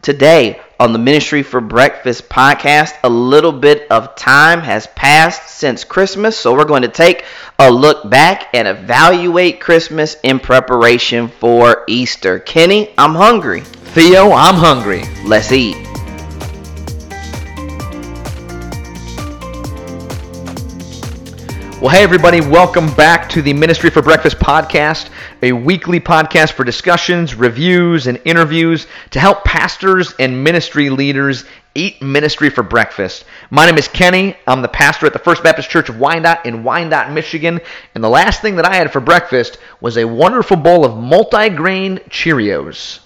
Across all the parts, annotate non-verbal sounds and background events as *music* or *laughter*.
Today on the Ministry for Breakfast podcast, a little bit of time has passed since Christmas, so we're going to take a look back and evaluate Christmas in preparation for Easter. Kenny, I'm hungry. Theo, I'm hungry. Let's eat. Well, hey, everybody, welcome back to the Ministry for Breakfast podcast, a weekly podcast for discussions, reviews, and interviews to help pastors and ministry leaders eat ministry for breakfast. My name is Kenny. I'm the pastor at the First Baptist Church of Wyandotte in Wyandotte, Michigan. And the last thing that I had for breakfast was a wonderful bowl of multi grain Cheerios.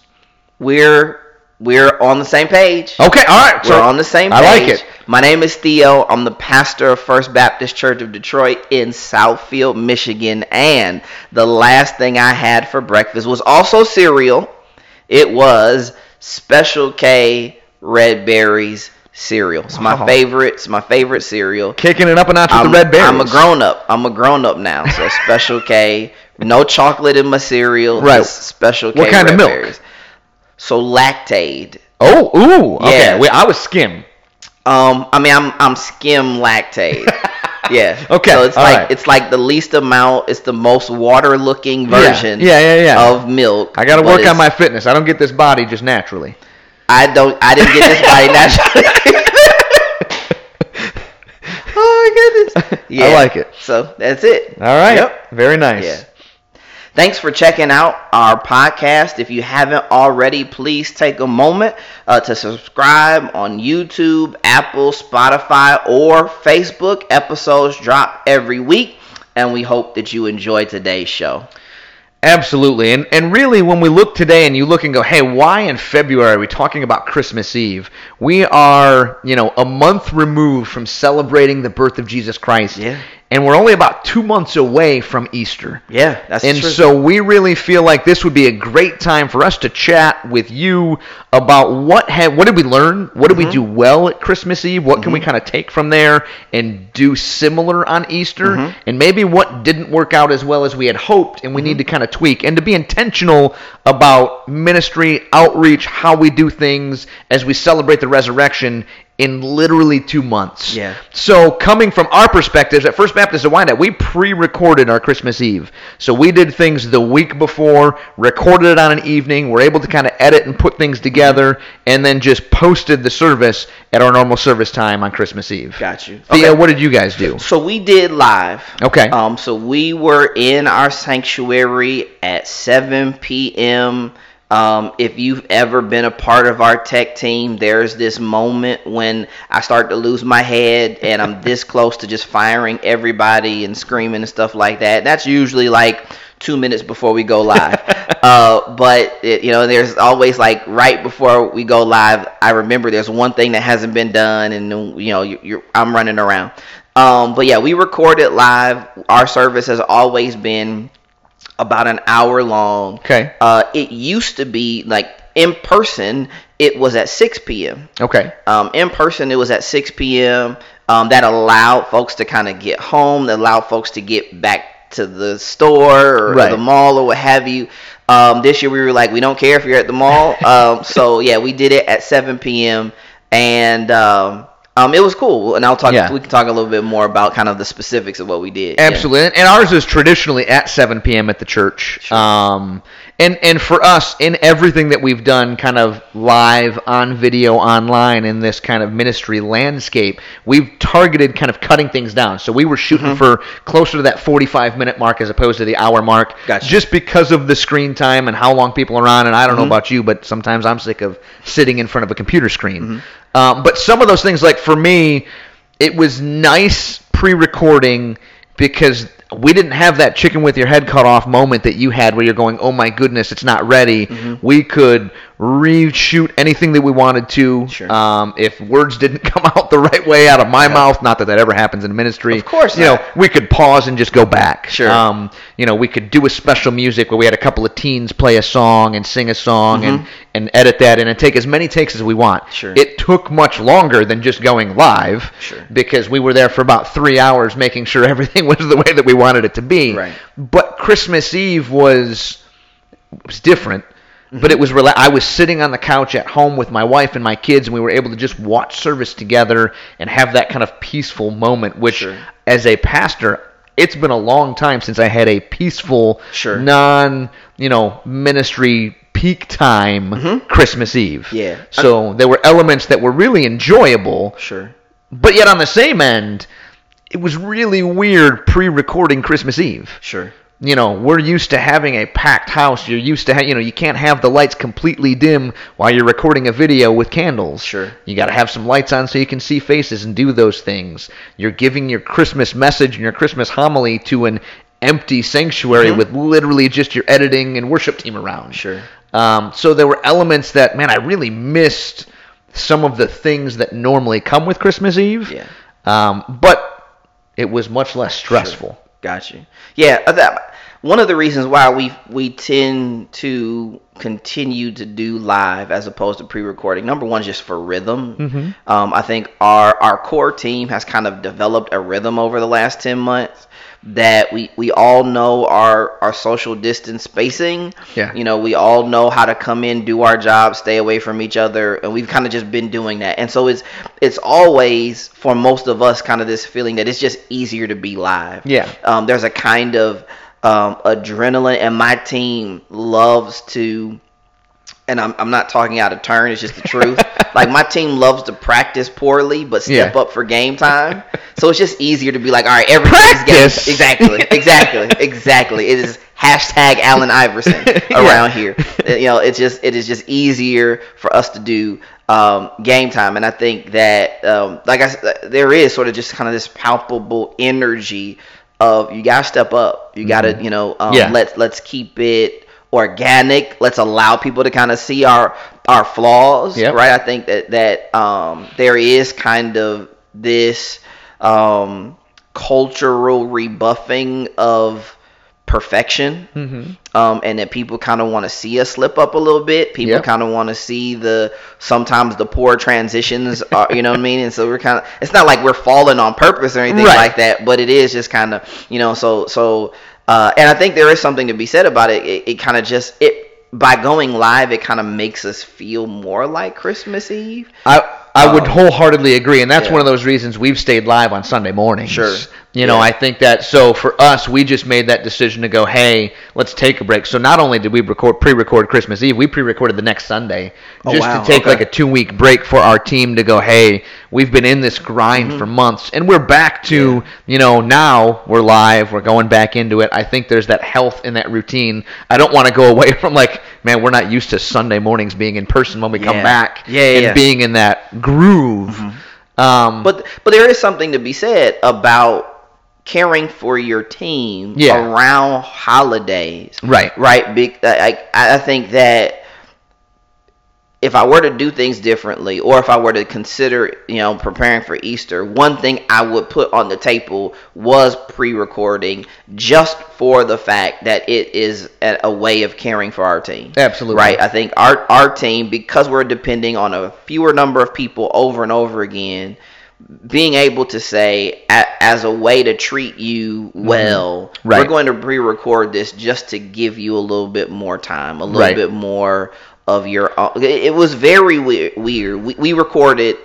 We're we're on the same page. Okay, all right. We're on the same page. I like it. My name is Theo. I'm the pastor of First Baptist Church of Detroit in Southfield, Michigan. And the last thing I had for breakfast was also cereal. It was Special K Red Berries cereal. It's my Wow. favorite. It's my favorite cereal. Kicking it up a notch with I'm, Oh. the red berries. I'm a grown up. I'm a grown up now. *laughs* So Special K, no chocolate in my cereal. Right. It's Special K. What kind Red of milk? Berries. So lactaid. Oh, ooh. Okay, Yeah. Wait, I was skim. Um, I mean, I'm I'm skim *laughs* lactate. yeah. Okay, So it's all like right. it's like the least amount. It's the most water looking Yeah, version. yeah, yeah, yeah. Of milk. I got to but work it's- on my fitness. I don't get this body *laughs* just naturally. I don't. I didn't get this body *laughs* naturally. oh my goodness! *laughs* I like it. So that's it. All right. Yep. Very nice. Yeah. Thanks for checking out our podcast. If you haven't already, please take a moment uh, to subscribe on YouTube, Apple, Spotify, or Facebook. Episodes drop every week, and we hope that you enjoy today's show. Absolutely. And and really when we look today and you look and go, "Hey, why in February are we talking about Christmas Eve?" We are, you know, a month removed from celebrating the birth of Jesus Christ. Yeah. And we're only about 2 months away from Easter. Yeah, that's and so we really feel like this would be a great time for us to chat with you about what ha- what did we learn, what Mm-hmm. did we do well at Christmas Eve, what can we kind of take from there and do similar on Easter, Mm-hmm. and maybe what didn't work out as well as we had hoped, and we need to kind of tweak and to be intentional about ministry outreach, how we do things as we celebrate the resurrection in literally two months. Yeah. So, coming from our perspectives at First Baptist of Wyandotte, we pre-recorded our Christmas Eve. So we did things the week before, recorded it on an evening. We're able to kind of edit and put things together, and then just posted the service at our normal service time on Christmas Eve. got you. Theo, what did you guys do? So we did live. Okay. Um, so we were in our sanctuary at 7 p.m. Um, if you've ever been a part of our tech team, there's this moment when I start to lose my head and I'm this *laughs* close to just firing everybody and screaming and stuff like that. That's usually like two minutes before we go live. uh, but, it, you know, there's always like right before we go live, I remember there's one thing that hasn't been done and, you know, you, you're, I'm running around. Um, but yeah, we recorded live. Our service has always been about an hour long. Okay. Uh, it used to be like in person, it was at 6 p.m. Okay. Um, in person, it was at 6 p.m. Um, that allowed folks to kind of get home, that allowed folks to get back to the store or Right. the mall or what have you. Um, this year, we were like, we don't care if you're at the *laughs* mall. um, so, yeah, we did it at 7 p.m. And um, um, it was cool. And I'll talk, Yeah. we can talk a little bit more about kind of the specifics of what we did. Yeah. Absolutely, and, and ours is traditionally at 7 p.m. at the church. Um, and and for us, in everything that we've done, kind of live on video, online, in this kind of ministry landscape, we've targeted kind of cutting things down. So we were shooting Mm-hmm. for closer to that 45 minute mark as opposed to the hour mark, Gotcha. just because of the screen time and how long people are on. And I don't Mm-hmm. know about you, but sometimes I'm sick of sitting in front of a computer screen. Mm-hmm. Um, but some of those things, like for me it was nice pre-recording because we didn't have that chicken with your head cut off moment that you had where you're going, "Oh my goodness, it's not ready." Mm-hmm. We could reshoot anything that we wanted to. Sure. Um, if words didn't *laughs* come out the right way out of my mouth, not that that ever happens in ministry. Of course you not. know, we could pause and just go back. Sure. Um, you know, we could do a special music where we had a couple of teens play a song and sing a song and and edit that in and take as many takes as we want. Mm-hmm. Sure. It it took much longer than just going live Sure. because we were there for about three hours making sure *laughs* everything was the way that we wanted it to be. Right. But Christmas Eve was was different Mm-hmm. but it was rela- I was sitting on the couch at home with my wife and my kids, and we were able to just watch service together and have that kind of peaceful moment. Which, Sure. as a pastor, it's been a long time since I had a peaceful, Sure. non you know ministry peak time Christmas Eve. Mm-hmm. Yeah. So there were elements that were really enjoyable, Sure. but yet on the same end, it was really weird pre-recording Christmas Eve Sure. you know, we're used to having a packed house. You're used to, ha- you know, you can't have the lights completely dim while you're recording a video with candles. Sure. You got to have some lights on so you can see faces and do those things. You're giving your Christmas message and your Christmas homily to an empty sanctuary with literally just your editing and worship team around. Mm-hmm. Sure. Um, so there were elements that, man, I really missed some of the things that normally come with Christmas Eve. Yeah. Um, but it was much less stressful. Got you. Yeah, uh, that, one of the reasons why we we tend to continue to do live as opposed to pre-recording. Number one, is just for rhythm. Um, I think our our core team has kind of developed a rhythm over the last ten months that we we all know our our social distance spacing. Yeah. You know, we all know how to come in, do our job, stay away from each other, and we've kind of just been doing that. And so it's it's always for most of us kind of this feeling that it's just easier to be live. Yeah. Um, there's a kind of um, adrenaline, and my team loves to, and I'm, I'm not talking out of turn, it's just the *laughs* truth. like, my team loves to practice poorly, but step Yeah. up for game time. So it's just easier to be like, all right, everybody's Practice. game. Exactly, *laughs* exactly, exactly. It is hashtag Allen Iverson Yeah. around here. *laughs* You know, it's just, it is just easier for us to do um, game time. And I think that, um, like I s- there is sort of just kind of this palpable energy of you gotta step up. You gotta, you know, um, Yeah. let's let's keep it organic. Let's allow people to kind of see our our flaws, Yep. right? I think that that um, there is kind of this um, cultural rebuffing of perfection Mm-hmm. um, and that people kind of want to see us slip up a little bit. People Yep. kind of want to see the sometimes the poor transitions, are, you know what I mean? And so we're kind of it's not like we're falling on purpose or anything Right. like that, but it is just kind of you know so so. Uh, and I think there is something to be said about it. It, it kind of just it by going live, it kind of makes us feel more like Christmas Eve. I I would Um, wholeheartedly agree, and that's yeah. one of those reasons we've stayed live on Sunday mornings. Sure. You know, Yeah. I think that so for us, we just made that decision to go, hey, let's take a break. So not only did we record pre-record Christmas Eve, we pre-recorded the next Sunday Oh, just wow. to take Okay. like a two-week break for our team to go, hey, we've been in this grind Mm-hmm. for months, and we're back to you know now we're live, we're going back into it. I think there's that health in that routine. I don't want to go away *laughs* from like, man, we're not used to Sunday mornings being in person when we come Yeah. back Yeah, yeah, and yeah. Mm-hmm. being in that groove. Um, But but there is something to be said about caring for your team Yeah. around holidays. right, right big I, I I think that if i were to do things differently or if i were to consider you know preparing for easter one thing i would put on the table was pre-recording just for the fact that it is a, a way of caring for our team absolutely, Right. I think our our team, because we're depending on a fewer number of people over and over again, being able to say a, as a way to treat you well, Mm-hmm. Right. we're going to pre-record this just to give you a little bit more time, a little Right. bit more of your. It it was very weird. Weird. We, we recorded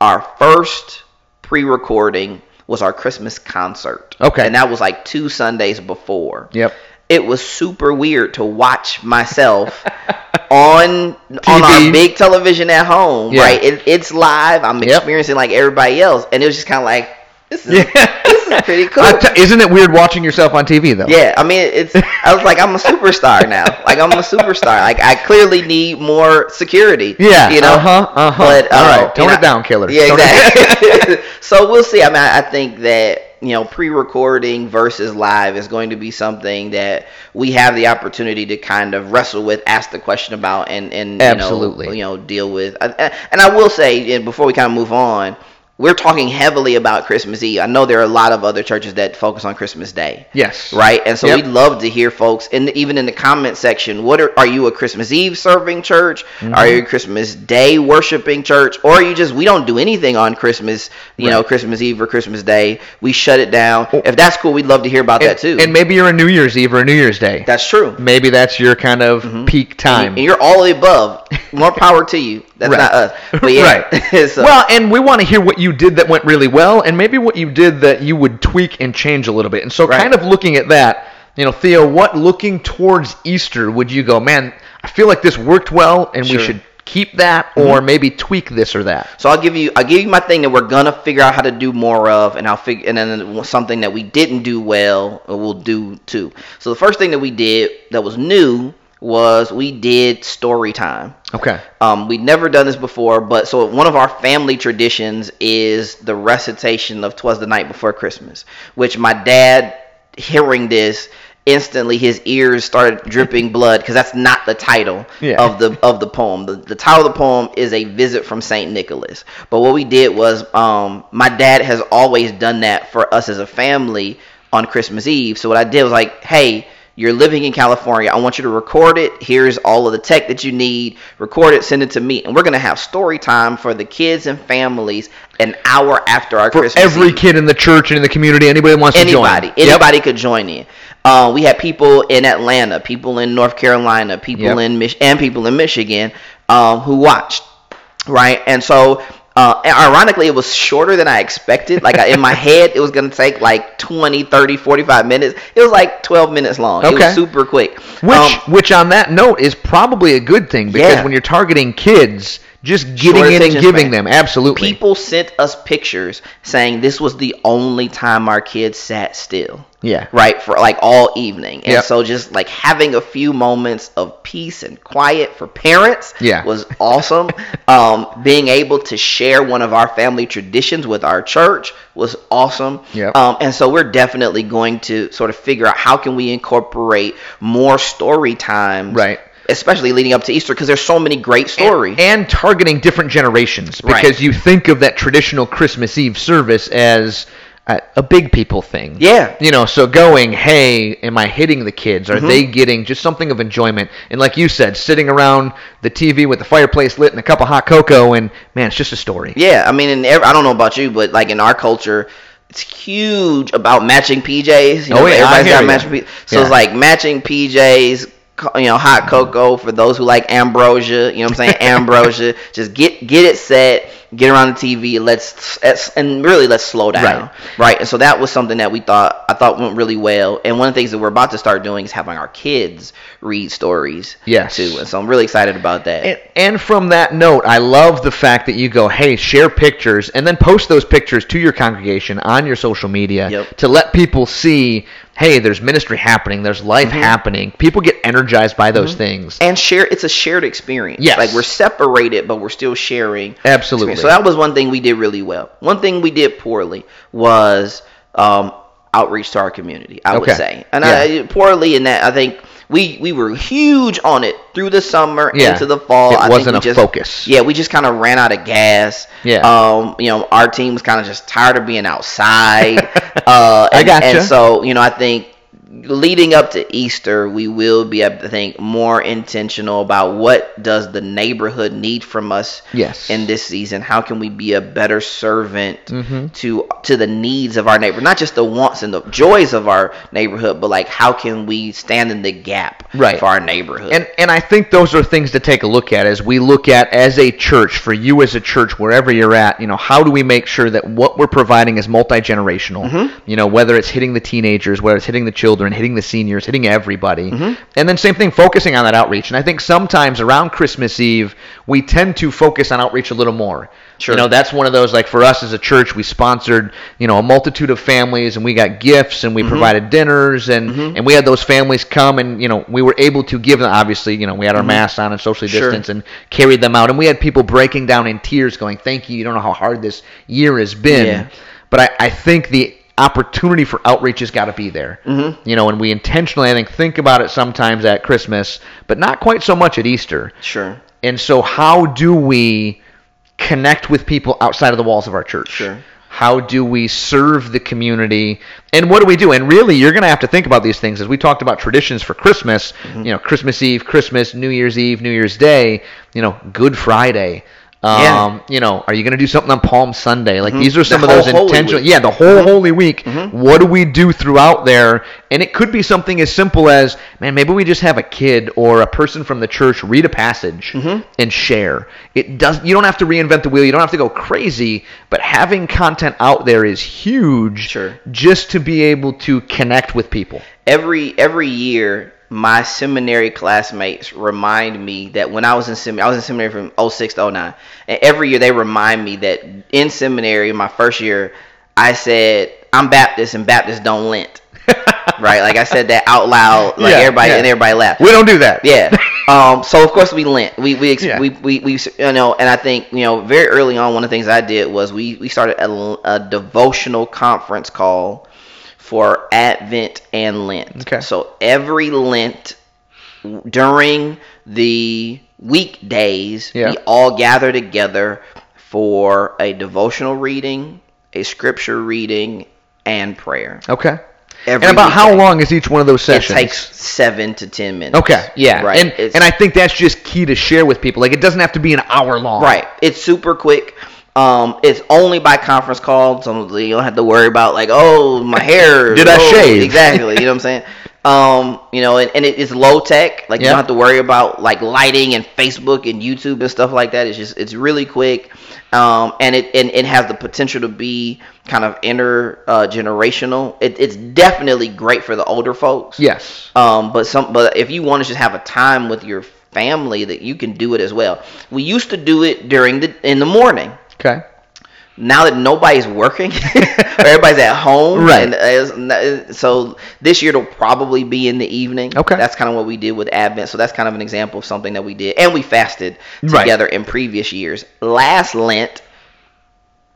our first pre-recording was our Christmas concert. Okay. And that was like two Sundays before Yep. it was super weird to watch myself *laughs* on on TV. our big television at home. Yeah. Right, it, it's live. I'm Yep. experiencing like everybody else, and it was just kind of like *laughs* this *laughs* is this is pretty cool. I t- isn't it weird watching yourself on TV though? yeah, I mean, it's. I was like, I'm a superstar now. Like, I'm a superstar. Like, I clearly need more security. Yeah. you know. Uh huh. Uh huh. But, All uh, right. Tone you it know, down, killer. Yeah, Tone it- exactly. *laughs* so we'll see. I mean, I I think that you know, pre-recording versus live is going to be something that we have the opportunity to kind of wrestle with, ask the question about, and and you know, Absolutely. you know, deal with. I- I- And I will say, and before we kind of move on, we're talking heavily about Christmas Eve. I know there are a lot of other churches that focus on Christmas Day. Yes. Right? And so Yep. we'd love to hear folks and even in the comment section, what are, are you a Christmas Eve serving church? Are Mm-hmm. you a Christmas Day worshiping church? Or are you just we don't do anything on Christmas, you know, Christmas Eve or Christmas Day. We shut it down. if that's cool, we'd love to hear about that too. Oh. And maybe you're a New Year's Eve or a New Year's Day. that's true. maybe that's your kind of peak time. Mm-hmm. And you're all of the above. More power to you. That's Right. not us. But yeah. *laughs* *laughs* right. so- well, and we want to hear what you did that went really well, and maybe what you did that you would tweak and change a little bit. And so, Right. kind of looking at that, you know, Theo, what looking towards Easter would you go, man, I feel like this worked well, and Sure. Mm-hmm. we should keep that or maybe tweak this or that? So I'll give you I'll give you my thing that we're gonna figure out how to do more of, and I'll figure and then something that we didn't do well uh, we'll do too. So the first thing that we did that was new was we did story time. Okay. Um, we'd never done this before, but so one of our family traditions is the recitation of "Twas the Night Before Christmas," which my dad, hearing this, instantly his ears started dripping blood because that's not the title Yeah. of the of the poem. The, the title of the poem is "A Visit from Saint Nicholas," but what we did was, um, my dad has always done that for us as a family on Christmas Eve. So what I did was like, hey you're living in California. I want you to record it. Here's all of the tech that you need. Record it, send it to me, and we're gonna have story time for the kids and families an hour after our For Christmas. every Eve. kid in the church and in the community, anybody who wants anybody, to join. Yep. anybody could join in. Uh, we had people in Atlanta, people in North Carolina, people Yep. in Mich- and people in Michigan um, who watched, right? And so. Uh, and ironically it was shorter than i expected like I, in *laughs* my head it was going to take like 20 30 45 minutes it was like 12 minutes long it Okay. was super quick Which, Um, which on that note is probably a good thing because Yeah. when you're targeting kids, just getting Short in and attention giving span. them absolutely. people sent us pictures saying this was the only time our kids sat still yeah. right for like all evening and Yep. so just like having a few moments of peace and quiet for parents Yeah. was *laughs* awesome um, being able to share one of our family traditions with our church was awesome Yep. um, and so we're definitely going to sort of figure out how can we incorporate more story times Right. especially leading up to easter because there's so many great stories and targeting different generations Right. because you think of that traditional Christmas Eve service as a, a big people thing. Yeah. You know, so going, hey, am I hitting the kids? Mm-hmm. Are they getting just something of enjoyment? And like you said, sitting around the TV with the fireplace lit and a cup of hot cocoa, and man, it's just a story. Yeah, I mean, in ev I don't know about you, but like in our culture, it's huge about matching PJs. You know, Oh, yeah, I everybody's hear got ya. matching. P- so Yeah. it's like matching PJs. co- You know, hot cocoa for those who like ambrosia. You know what I'm saying? *laughs* ambrosia. Just get get it set. Get around the TV. Let's let's- and really let's slow down. Right. Right. And so that was something that we thought I thought went really well. And one of the things that we're about to start doing is having our kids read stories. Yes. Too. And so I'm really excited about that. And, and from that note, I love the fact that you go, hey, share pictures and then post those pictures to your congregation on your social media Yep. to let people see, hey, there's ministry happening, there's life happening. People get energized by those things. and share it's a shared experience Yes. like we're separated but we're still sharing Absolutely. experience. so that was one thing we did really well one thing we did poorly was um, outreach to our community i Okay. would say and Yeah. I, poorly in that i think we we were huge on it through the summer Yeah. into the fall It I wasn't think we a just, focus. yeah we just kind of ran out of gas Yeah. um you know our team was kind of just tired of being outside *laughs* uh I and- gotcha. and so you know i think leading up to Easter, we will be, I think, more intentional about what does the neighborhood need from us Yes. in this season. How can we be a better servant Mm-hmm. to to the needs of our neighbor, not just the wants and the joys of our neighborhood, but like how can we stand in the gap Right. for our neighborhood? And and I think those are things to take a look at as we look at as a church for you as a church wherever you're at. You know, how do we make sure that what we're providing is multi generational? You know, whether it's hitting the teenagers, whether it's hitting the children, hitting the seniors, hitting everybody, and then same thing focusing on that outreach. And I think sometimes around Christmas Eve we tend to focus on outreach a little more. Sure. You know, that's one of those like for us as a church, we sponsored you know a multitude of families and we got gifts and we Mm-hmm. provided dinners and and we had those families come and you know we were able to give them obviously you know we had our masks on and socially Mm-hmm. Sure. distanced and carried them out and we had people breaking down in tears going thank you you don't know how hard this year has been Yeah. but I, I think the opportunity for outreach has got to be there mm-hmm. you know and we intentionally I think think about it sometimes at Christmas but not quite so much at Easter sure. and so, how do we connect with people outside of the walls of our church? Sure. How do we serve the community? And what do we do? And really, you're going to have to think about these things. As we talked about traditions for Christmas, Mm-hmm. you know, Christmas Eve, Christmas, New Year's Eve, New Year's Day, you know, Good Friday. Um, Yeah. Mm-hmm. You know, are you going to do something on Palm Sunday? Like these are some of whole those Holy intentional. Week. Yeah, the whole Mm-hmm. Holy Week. What do we do throughout there? And it could be something as simple as, man, maybe we just have a kid or a person from the church read a passage Mm-hmm. and share. It does. You don't have to reinvent the wheel. You don't have to go crazy. But having content out there is huge. Sure. Just to be able to connect with people. every every year my seminary classmates remind me that when I was in seminary, I was in seminary from 06 to 09. And every year they remind me that in seminary, my first year, I said, I'm Baptist and Baptists don't *laughs* lint. right? Like I said that out loud, like Yeah, everybody, yeah. and everybody laughed. We don't do that. Yeah. Um, so of course we lent. We we, ex- Yeah. we we we you know, and I think you know very early on, one of the things I did was we we started a, l- a devotional conference call for Advent and Lent. Okay. So every Lent during the weekdays, Yeah. we all gather together for a devotional reading, a scripture reading, and prayer. Okay. Every and about how weekday. long is each one of those It sessions? takes seven to ten minutes. Okay, yeah, right. and It's- and I think that's just key to share with people. Like it doesn't have to be an hour long. Right. It's super quick. Um, it's only by conference call, so you don't have to worry about like, oh, my hair. Did I oh, shave? Exactly. You know what I'm saying? Um, you know, and, and it, it's low tech. Like you Yeah. don't have to worry about like lighting and Facebook and YouTube and stuff like that. It's just it's really quick, um, and it and it has the potential to be kind of intergenerational. Uh, generational. it, it's definitely great for the older folks. Yes. Um, but some, but if you want to just have a time with your family, that you can do it as well. We used to do it during the in the morning. Okay. Now that nobody's working, *laughs* or everybody's at home, Right. And uh, it's n- so this year it'll probably be in the evening. Okay. that's kind of what we did with Advent. So that's kind of an example of something that we did, and we fasted Right. together in previous years. Last Lent.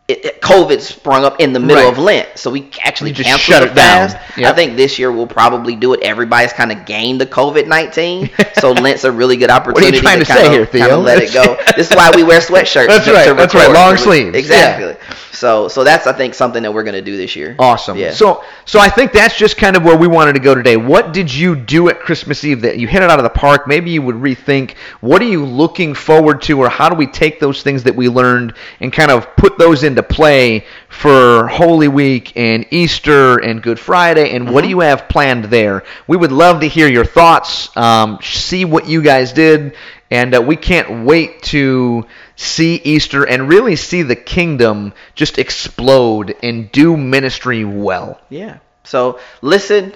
It, it- COVID sprung up in the middle Right. of Lent, so we actually You just canceled shut the it down. fast. Yep. I think this year we'll probably do it. Everybody's kind of gained the COVID *laughs* nineteen, so Lent's a really good opportunity trying to kind say of, here, Theo? let it go. this is why we *laughs* wear sweatshirts. That's to- right, to that's right, record. long sleeves, Exactly. So so that's I think something that we're gonna do this year. Awesome. Yeah. So so I think that's just kind of where we wanted to go today. What did you do at Christmas Eve that you hit it out of the park? Maybe you would rethink what are you looking forward to or how do we take those things that we learned and kind of put those into play for Holy Week and Easter and Good Friday and what do you have planned there? We would love to hear your thoughts, um, see what you guys did and uh, we can't wait to see Easter and really see the kingdom just explode and do ministry well. yeah. So listen,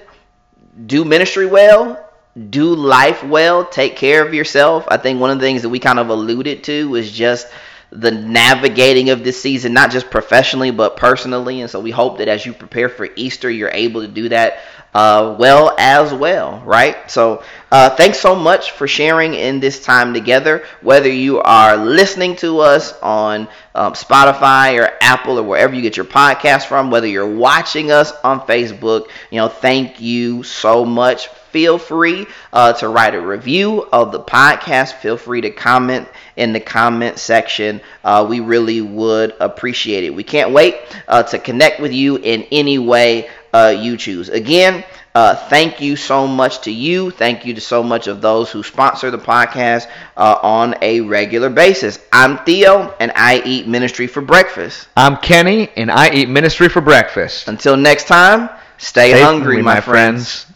do ministry well. Do life well. Take care of yourself. I think one of the things that we kind of alluded to was just the navigating of this season, not just professionally, but personally. And so we hope that as you prepare for Easter, you're able to do that uh, well as well, right? So uh, thanks so much for sharing in this time together. Whether you are listening to us on um, Spotify or Apple or wherever you get your podcast from, whether you're watching us on Facebook, you know, thank you so much. Feel free uh, to write a review of the podcast. Feel free to comment in the comment section. Uh, we really would appreciate it. We can't wait uh, to connect with you in any way uh, you choose. Again, uh, thank you so much to you. Thank you to so much of those who sponsor the podcast uh, on a regular basis. I'm Theo, and I eat ministry for breakfast. I'm Kenny, and I eat ministry for breakfast. Until next time, stay, Stay hungry, my, friends. friends.